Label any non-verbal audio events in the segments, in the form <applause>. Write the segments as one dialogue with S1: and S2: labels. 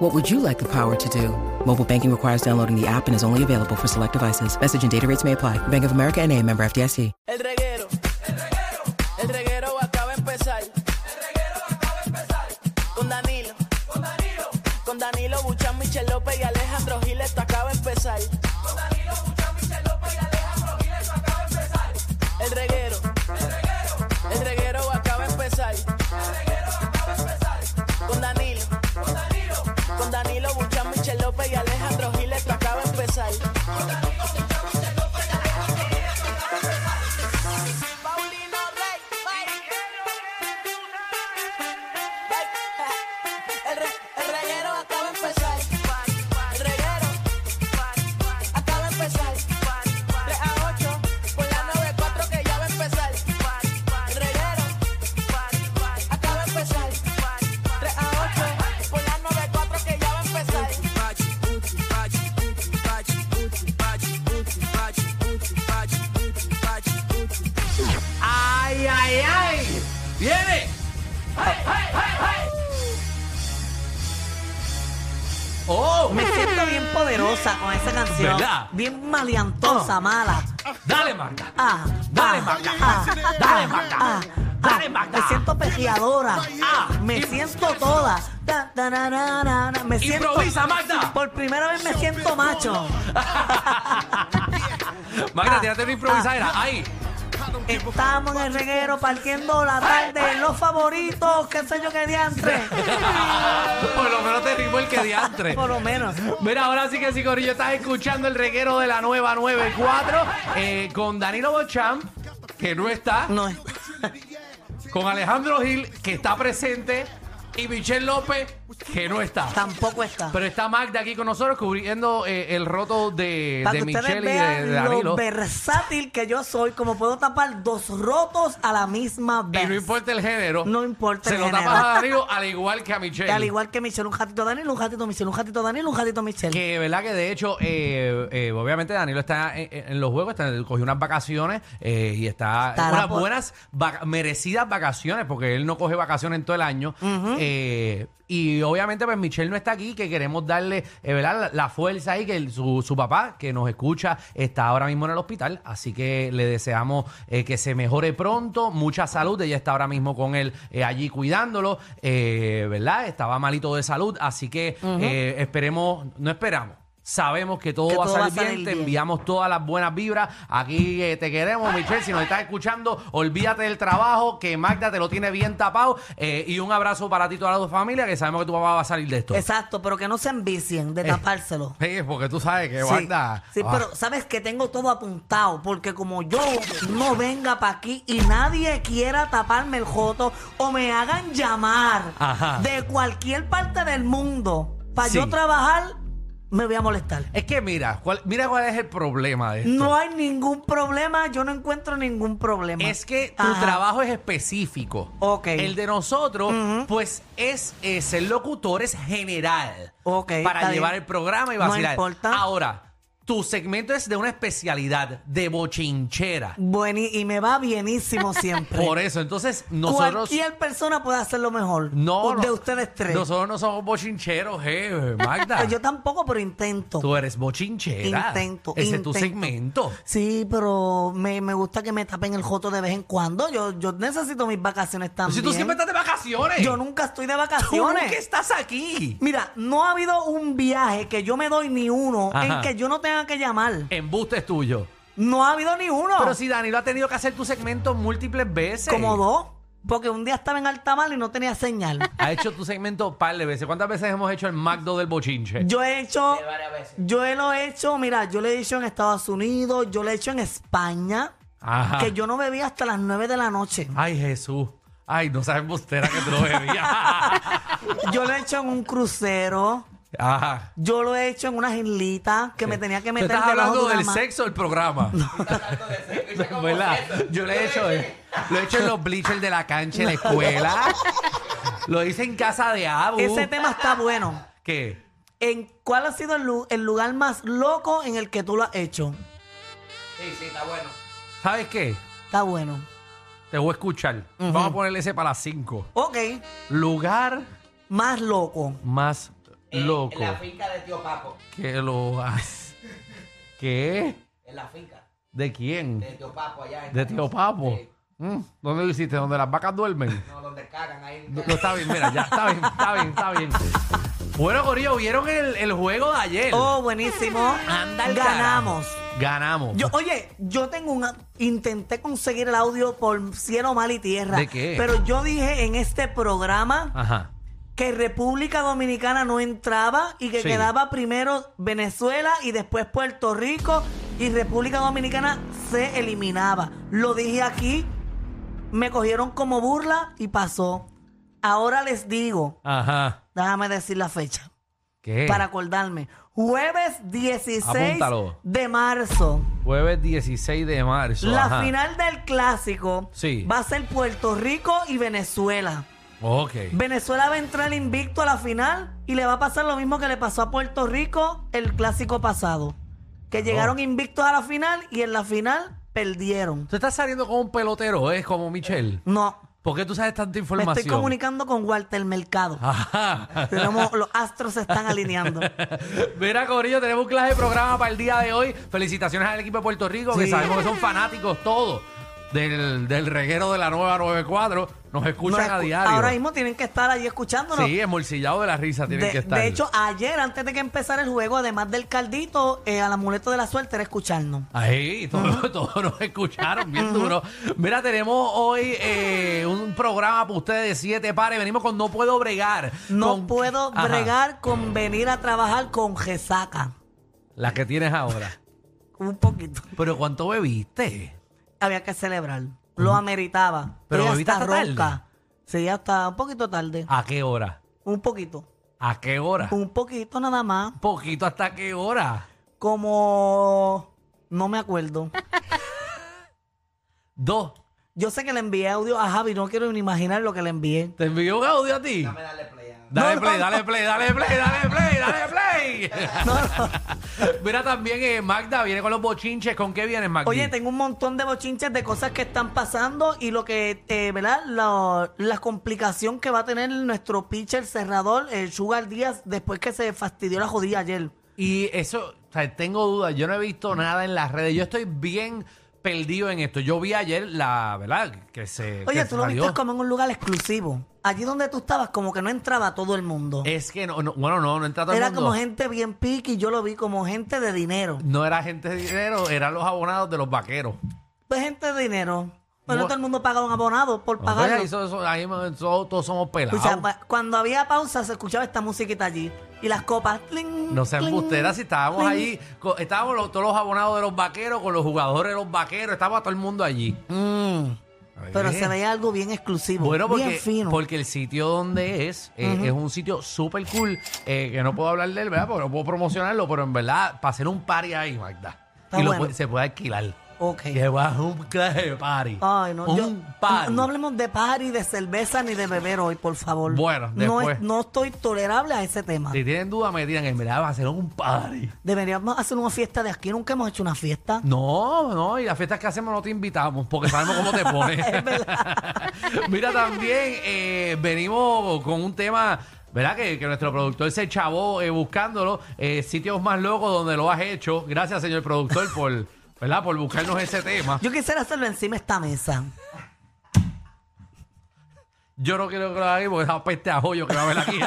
S1: What would you like the power to do? Mobile banking requires downloading the app and is only available for select devices. Message and data rates may apply. Bank of America and a member FDIC.
S2: El reguero. El reguero. El reguero acaba de empezar. El reguero acaba de empezar. Con Danilo. Con Danilo. Con Danilo Buchan, Michel López y Alejandro Gil, esto acaba de empezar. Con Danilo Buchan, Michel López y Alejandro Gil, esto acaba de empezar. El reguero. El reguero. El reguero acaba de empezar. El reguero acaba de empezar. Con Danilo. Con Danilo. Con Danilo Buchan, Michel López y Alejandro Gil, esto acaba de empezar. Paulino Rey, El, re, el reguero acaba de empezar. El reguero acaba de empezar. 3 a 8 por la 94 que ya va a empezar. El reguero acaba de empezar. 3 a 8 por la 94 que ya va a empezar.
S3: ¡Ay, ay, ay! ¡Viene! ¡Oh!
S4: Me siento bien poderosa con esa canción.
S3: ¿Verdad?
S4: Bien maleantosa, mala.
S3: ¡Dale, Magda!
S4: Ah,
S3: ¡Dale,
S4: ah,
S3: Magda!
S4: ah,
S3: ¡Dale,
S4: ah,
S3: Magda!
S4: ah,
S3: ¡Dale,
S4: ah.
S3: Magda!
S4: Me siento pejeadora.
S3: Ah,
S4: me
S3: im-
S4: siento toda. Ta, ta, na, na, na, na. Me siento.
S3: Improvisa, Magda.
S4: Por primera vez me siento macho.
S3: Magda,
S4: Ah,
S3: tírate una improvisadera. ¡Ahí!
S4: Estamos en el reguero partiendo la tarde. Los favoritos, qué sé yo qué diantre.
S3: Por lo menos te rimó el que diantre.
S4: Por lo menos.
S3: Mira, ahora sí que sí, Corillo, estás escuchando el reguero de la nueva 94 eh, con Danilo Bocham, que no está,
S4: No es.
S3: con Alejandro Gil, que está presente, y Michelle López, que no está.
S4: Tampoco está.
S3: Pero está Magda aquí con nosotros cubriendo eh, el roto de,
S4: Para
S3: de
S4: que ustedes
S3: Michelle y de,
S4: vean
S3: de
S4: lo
S3: Danilo.
S4: versátil que yo soy, como puedo tapar dos rotos a la misma vez.
S3: Y no importa el género.
S4: No importa
S3: Se
S4: el
S3: lo
S4: género.
S3: tapas a Danilo al igual que a Michelle.
S4: Que al igual que Michelle, un gatito Daniel, un gatito Michelle, un gatito Daniel, un gatito Michelle.
S3: Que verdad que de hecho, eh, eh, obviamente Danilo está en, en los juegos, está, cogió unas vacaciones eh, y está
S4: Estará
S3: unas
S4: por-
S3: buenas, vac- merecidas vacaciones, porque él no coge vacaciones en todo el año. Eh, y obviamente, pues Michelle no está aquí, que queremos darle eh, ¿verdad? La, la fuerza ahí, que el- su, su papá, que nos escucha, está ahora mismo en el hospital. Así que le deseamos eh, que se mejore pronto, mucha salud. Ella está ahora mismo con él eh, allí cuidándolo, eh, ¿verdad? Estaba malito de salud, así que eh, esperemos, no esperamos. Sabemos que todo,
S4: Que
S3: va, a
S4: todo
S3: salir bien, te
S4: bien.
S3: enviamos todas las buenas vibras. Aquí eh, te queremos, Michelle. Si nos estás escuchando, olvídate del trabajo, que Magda te lo tiene bien tapado. eh, y un abrazo para ti y toda tu familia, que sabemos que tu papá va a salir de esto.
S4: Exacto, pero que no se envicien de
S3: Eh,
S4: tapárselo.
S3: Sí, porque tú sabes que
S4: Sí,
S3: Magda.
S4: sí,
S3: ah,
S4: pero sabes que tengo todo apuntado, porque como yo no venga para aquí y nadie quiera taparme el joto o me hagan llamar
S3: Ajá.
S4: de cualquier parte del mundo para
S3: Sí.
S4: yo trabajar, me voy a molestar.
S3: Es que mira, cuál, mira cuál es el problema de esto.
S4: No hay ningún problema, yo no encuentro ningún problema.
S3: Es que tu
S4: Ajá.
S3: trabajo es específico.
S4: Ok.
S3: El de nosotros, pues, es, eh, ser locutor, es general.
S4: Ok,
S3: Para
S4: está
S3: llevar
S4: bien.
S3: el programa y
S4: No
S3: vacilar.
S4: importa.
S3: Ahora, tu segmento es de una especialidad, de bochinchera.
S4: Bueni- y me
S3: <laughs>
S4: va bienísimo siempre.
S3: Por eso, entonces, nosotros.
S4: Cualquier persona puede hacerlo mejor.
S3: No,
S4: De
S3: no.
S4: ustedes tres.
S3: Nosotros no somos bochincheros, eh, Magda.
S4: Pues <laughs> yo tampoco, pero intento.
S3: Tú eres bochinchera.
S4: Intento.
S3: Ese es
S4: intento.
S3: tu segmento.
S4: Sí, pero me, me gusta que me tapen el joto de vez en cuando. Yo, yo necesito mis vacaciones también.
S3: Pues Si tú siempre estás de vacaciones.
S4: Yo nunca estoy de
S3: Tú
S4: vacaciones.
S3: nunca estás aquí.
S4: Mira, no ha habido un viaje que yo me doy ni uno
S3: Ajá.
S4: en que yo no tenga que llamar.
S3: Embuste es tuyo.
S4: No ha habido ni uno.
S3: Pero si Danilo ha tenido que hacer tu segmento múltiples veces.
S4: Como dos. Porque un día estaba en alta mar y no
S3: <laughs>
S4: tenía señal.
S3: Ha hecho tu segmento un par de veces. ¿Cuántas veces hemos hecho el Magdo del bochinche?
S4: Yo he hecho. Yo lo he hecho, mira, yo lo he hecho en Estados Unidos, yo lo he hecho en España,
S3: Ajá.
S4: que yo no bebía hasta las 9 de
S3: <laughs>
S4: la noche.
S3: Ay, Jesús.
S4: <laughs>
S3: Ay, no sabes bostera que te lo bebía.
S4: Yo lo he hecho en un crucero.
S3: Ajá.
S4: Yo lo he hecho en unas islitas que me tenía que
S3: Tú
S4: meter
S3: estás
S4: debajo
S3: hablando
S4: de una
S3: del
S4: ma-
S3: sexo del programa. ¿Verdad? Yo lo he hecho, eh. lo he hecho en los bleachers de la cancha en la escuela. lo hice en casa de Abu.
S4: Ese tema está bueno.
S3: ¿Qué?
S4: ¿En cuál ha sido el, lu- el lugar más loco en el que tú lo has hecho?
S5: Sí, sí, está bueno.
S3: ¿Sabes qué?
S4: Está bueno.
S3: Te voy a escuchar. Vamos a ponerle ese para las 5.
S4: Ok,
S3: Lugar
S4: más loco.
S3: más
S5: Eh,
S3: loco
S5: En la finca de tío Paco.
S3: que lo has. <laughs> ¿Qué?
S5: En la finca
S3: ¿De quién?
S5: de tío Paco allá. En
S3: De tío Papo. Mm, ¿Dónde lo hiciste? ¿Donde las vacas duermen?
S5: No, donde cagan ahí.
S3: No, no, está bien, mira, ya está bien, está bien, está bien. Bueno, Corillo, ¿vieron el, el juego de ayer?
S4: Oh, buenísimo.
S3: Anda al
S4: Ganamos.
S3: carajo. Ganamos.
S4: Yo, oye, yo tengo un. Intenté conseguir el audio por cielo, mal y tierra.
S3: ¿De qué? Ah.
S4: Pero yo dije en este programa
S3: Ajá.
S4: que República Dominicana no entraba y que
S3: Sí.
S4: quedaba primero Venezuela y después Puerto Rico y República Dominicana se eliminaba. Lo dije aquí, me cogieron como burla y pasó. Ahora les digo,
S3: Ajá.
S4: déjame decir la fecha
S3: ¿Qué?
S4: para acordarme. Jueves 16
S3: Apúntalo.
S4: de marzo.
S3: Jueves 16 de marzo.
S4: La
S3: ajá.
S4: final del clásico
S3: Sí.
S4: va a ser Puerto Rico y Venezuela.
S3: Ok.
S4: Venezuela va a entrar invicto a la final y le va a pasar lo mismo que le pasó a Puerto Rico el clásico pasado. Que llegaron
S3: Oh.
S4: invictos a la final y en la final perdieron.
S3: Tú estás saliendo como un pelotero, ¿es? Como Michelle.
S4: No,
S3: ¿Por qué tú sabes tanta
S4: me
S3: información? Ah.
S4: estoy comunicando con Walter Mercado.
S3: <laughs>
S4: <laughs>
S3: Ajá.
S4: Tenemos- los astros se están alineando.
S3: Mira, Corillo, tenemos un clase de programa para el día de hoy. Felicitaciones al equipo de Puerto Rico, que
S4: Sí.
S3: sabemos que son fanáticos todos del, del reguero de la nueva 94. Nos <laughs> escuchan
S4: Nos
S3: a
S4: escu-
S3: diario.
S4: Ahora mismo tienen que estar allí escuchándonos.
S3: Sí, embolsillado de la risa tienen
S4: De,
S3: que estar.
S4: de hecho, ayer, antes de que empezara el juego, además del caldito, eh, al amuleto de la suerte era escucharnos.
S3: Ahí, todos, <laughs> todos nos escucharon bien duro. Mira, tenemos hoy eh, un programa para ustedes de siete pares. Venimos con No Puedo Bregar.
S4: No
S3: Con-
S4: puedo
S3: Ajá,
S4: bregar con venir a trabajar con resaca.
S3: La que tienes ahora.
S4: <laughs> Un poquito.
S3: Pero ¿cuánto bebiste?
S4: Había que celebrar. Lo ameritaba.
S3: Pero
S4: Ella
S3: bebiste
S4: está
S3: hasta tarde.
S4: ronca. Sí, hasta un poquito tarde.
S3: ¿A qué hora?
S4: Un poquito.
S3: ¿A qué hora? Un
S4: Un poquito nada más.
S3: poquito hasta qué hora.
S4: Como... No me acuerdo.
S3: Dos.
S4: Yo sé que le envié audio a Javi. No quiero ni imaginar lo que le envié.
S3: ¿Te envió un audio a ti?
S5: Dame darle play ahora.
S3: Dale
S4: No,
S3: play,
S4: no,
S3: dale play, dale play, dale play, dale play.
S4: <laughs> No, no.
S3: Mira también eh, Magda viene con los bochinches. ¿Con qué vienes, Magda?
S4: Oye, tengo un montón de bochinches de cosas que están pasando y lo que, eh, ¿verdad? Lo- la complicación que va a tener nuestro pitcher cerrador, el Sugar Díaz, después que se fastidió la jodida ayer.
S3: Y eso, o sea, tengo dudas. Yo no he visto nada en las redes. Yo estoy bien perdido en esto. Yo vi ayer la, ¿verdad? Que se.
S4: Oye,
S3: que
S4: tú lo
S3: salió.
S4: viste como en un lugar exclusivo. Allí donde tú estabas, como que no entraba todo el mundo.
S3: Es que no, no- bueno, no, no entra Eh, todo el
S4: Era
S3: mundo.
S4: como gente bien piqui, yo lo vi como gente de dinero.
S3: No era gente de dinero, eran los abonados de los vaqueros.
S4: Pues gente de dinero. Bueno,
S3: Bueno.
S4: todo el mundo paga un abonado por
S3: Entonces,
S4: pagarlo.
S3: ahí so- so- ahí so- so- todos somos pelados.
S4: Escucha, pa- cuando había pausa se escuchaba esta musiquita allí y las copas. tling,
S3: No sean
S4: tling,
S3: busteras si estábamos
S4: tling.
S3: ahí, co- estábamos los- todos los abonados de los vaqueros, con los jugadores de los vaqueros, estaba todo el mundo allí.
S4: Mm. Pero
S3: Bien.
S4: se veía algo bien exclusivo.
S3: Bueno,
S4: bien
S3: porque,
S4: fino.
S3: porque el sitio donde es eh, es un sitio súper cool, eh, que no puedo hablar de él, ¿verdad? Porque no puedo promocionarlo, pero en verdad, para hacer un party ahí, Magda.
S4: Está
S3: y lo
S4: bueno.
S3: puede- se puede alquilar.
S4: Ok.
S3: Que va a un clase de party.
S4: Ay, no,
S3: un
S4: yo-
S3: party.
S4: no, no hablemos de party, de cerveza ni de beber hoy, por favor.
S3: Bueno,
S4: no,
S3: después.
S4: es- no estoy tolerable a ese tema.
S3: si tienen duda, me tiran, en verdad, va a ser un party.
S4: Deberíamos hacer una fiesta de aquí. Nunca hemos hecho
S3: <laughs>
S4: una fiesta.
S3: No, no, y las fiestas que hacemos no te invitamos porque sabemos cómo te pones. <laughs> Mira, también eh, venimos con un tema, ¿verdad? Que, que nuestro productor se chavó eh, buscándolo, eh, sitios más locos donde lo has hecho. Gracias, señor productor, por, ¿verdad? Por buscarnos ese tema.
S4: Yo quisiera hacerlo encima de esta mesa.
S3: Yo no quiero que lo haga ahí porque esa peste a hoyo que va a haber
S4: <laughs>
S3: aquí.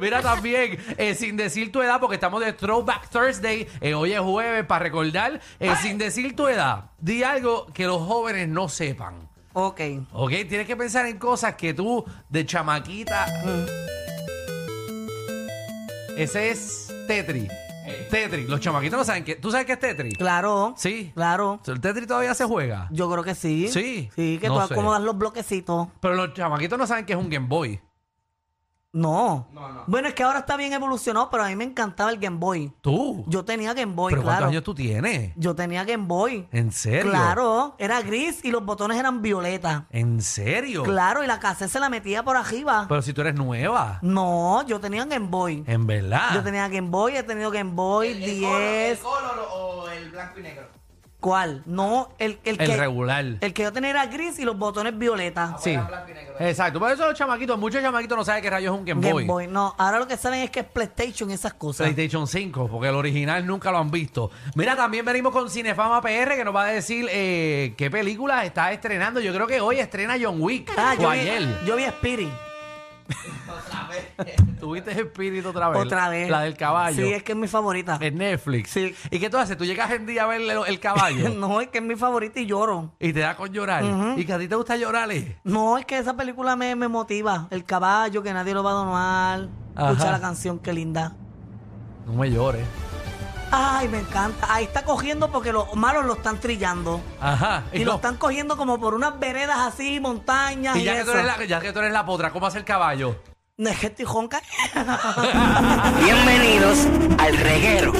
S3: Mira también, eh, sin decir tu edad, porque estamos de Throwback Thursday, eh, hoy es jueves para recordar, eh, sin decir tu edad, di algo que los jóvenes no sepan.
S4: Ok.
S3: Ok, tienes que pensar en cosas que tú de chamaquita. Ese es Tetri.
S4: Eh.
S3: Tetri, los chamaquitos no saben que. ¿Tú sabes qué es Tetri?
S4: Claro.
S3: Sí.
S4: Claro.
S3: ¿El Tetri todavía se juega?
S4: Yo creo que sí.
S3: Sí.
S4: Sí, que
S3: No
S4: tú
S3: sé.
S4: acomodas los bloquecitos.
S3: Pero los chamaquitos no saben que es un Game Boy.
S4: No.
S5: No, no.
S4: Bueno, es que ahora está bien evolucionado, pero a mí me encantaba el Game Boy.
S3: ¿Tú?
S4: Yo tenía Game Boy,
S3: ¿Pero
S4: claro.
S3: cuántos años tú tienes?
S4: Yo tenía Game Boy.
S3: ¿En serio?
S4: Claro, era gris y los botones eran violeta.
S3: ¿En serio?
S4: Claro, y la cassette se la metía por arriba.
S3: Pero si tú eres nueva.
S4: No, yo tenía Game Boy.
S3: En verdad.
S4: Yo tenía Game Boy, he tenido Game Boy,
S5: El, el color, el
S4: 10.
S5: color o el blanco y negro.
S4: ¿Cuál? No, el, el
S3: El
S4: que.
S3: regular. Ah, pues,
S4: El que yo tenía era gris y los botones violeta.
S3: Sí.
S5: Era blanco y negro.
S3: Exacto. Por eso los chamaquitos, muchos chamaquitos no saben qué rayos es un Game, Boy.
S4: No, ahora lo que saben es que es PlayStation y esas cosas.
S3: PlayStation 5, porque el original nunca lo han visto. Mira, también venimos con Cinefama PR que nos va a decir eh, qué películas está estrenando. Yo creo que hoy estrena John Wick
S4: Ah,
S3: o
S4: yo vi,
S3: ayer.
S4: yo vi Spirit
S5: Otra vez.
S3: Tuviste espíritu otra vez.
S4: otra vez.
S3: La del caballo.
S4: Sí, es que es mi favorita. <laughs>
S3: En Netflix.
S4: Sí.
S3: ¿Y qué tú haces? Tú llegas en día a ver el, el caballo
S4: <laughs> No, es que es mi favorita y lloro.
S3: y te da con llorar. ¿Y que a ti te gusta llorar? eh?
S4: No, es que esa película me, me motiva. El caballo, que nadie lo va a donar.
S3: Ajá.
S4: Escucha la canción, qué linda.
S3: No me llores.
S4: Ay, me encanta. Ahí está cogiendo porque los malos lo están trillando.
S3: Ajá.
S4: Y,
S3: no.
S4: lo están cogiendo como por unas veredas así, montañas.
S3: Y ya que, tú
S4: eso.
S3: eres la, ya que tú eres la potra, ¿cómo hace el caballo? <laughs>
S4: Es que estoy jonca.
S6: Bienvenidos al reguero.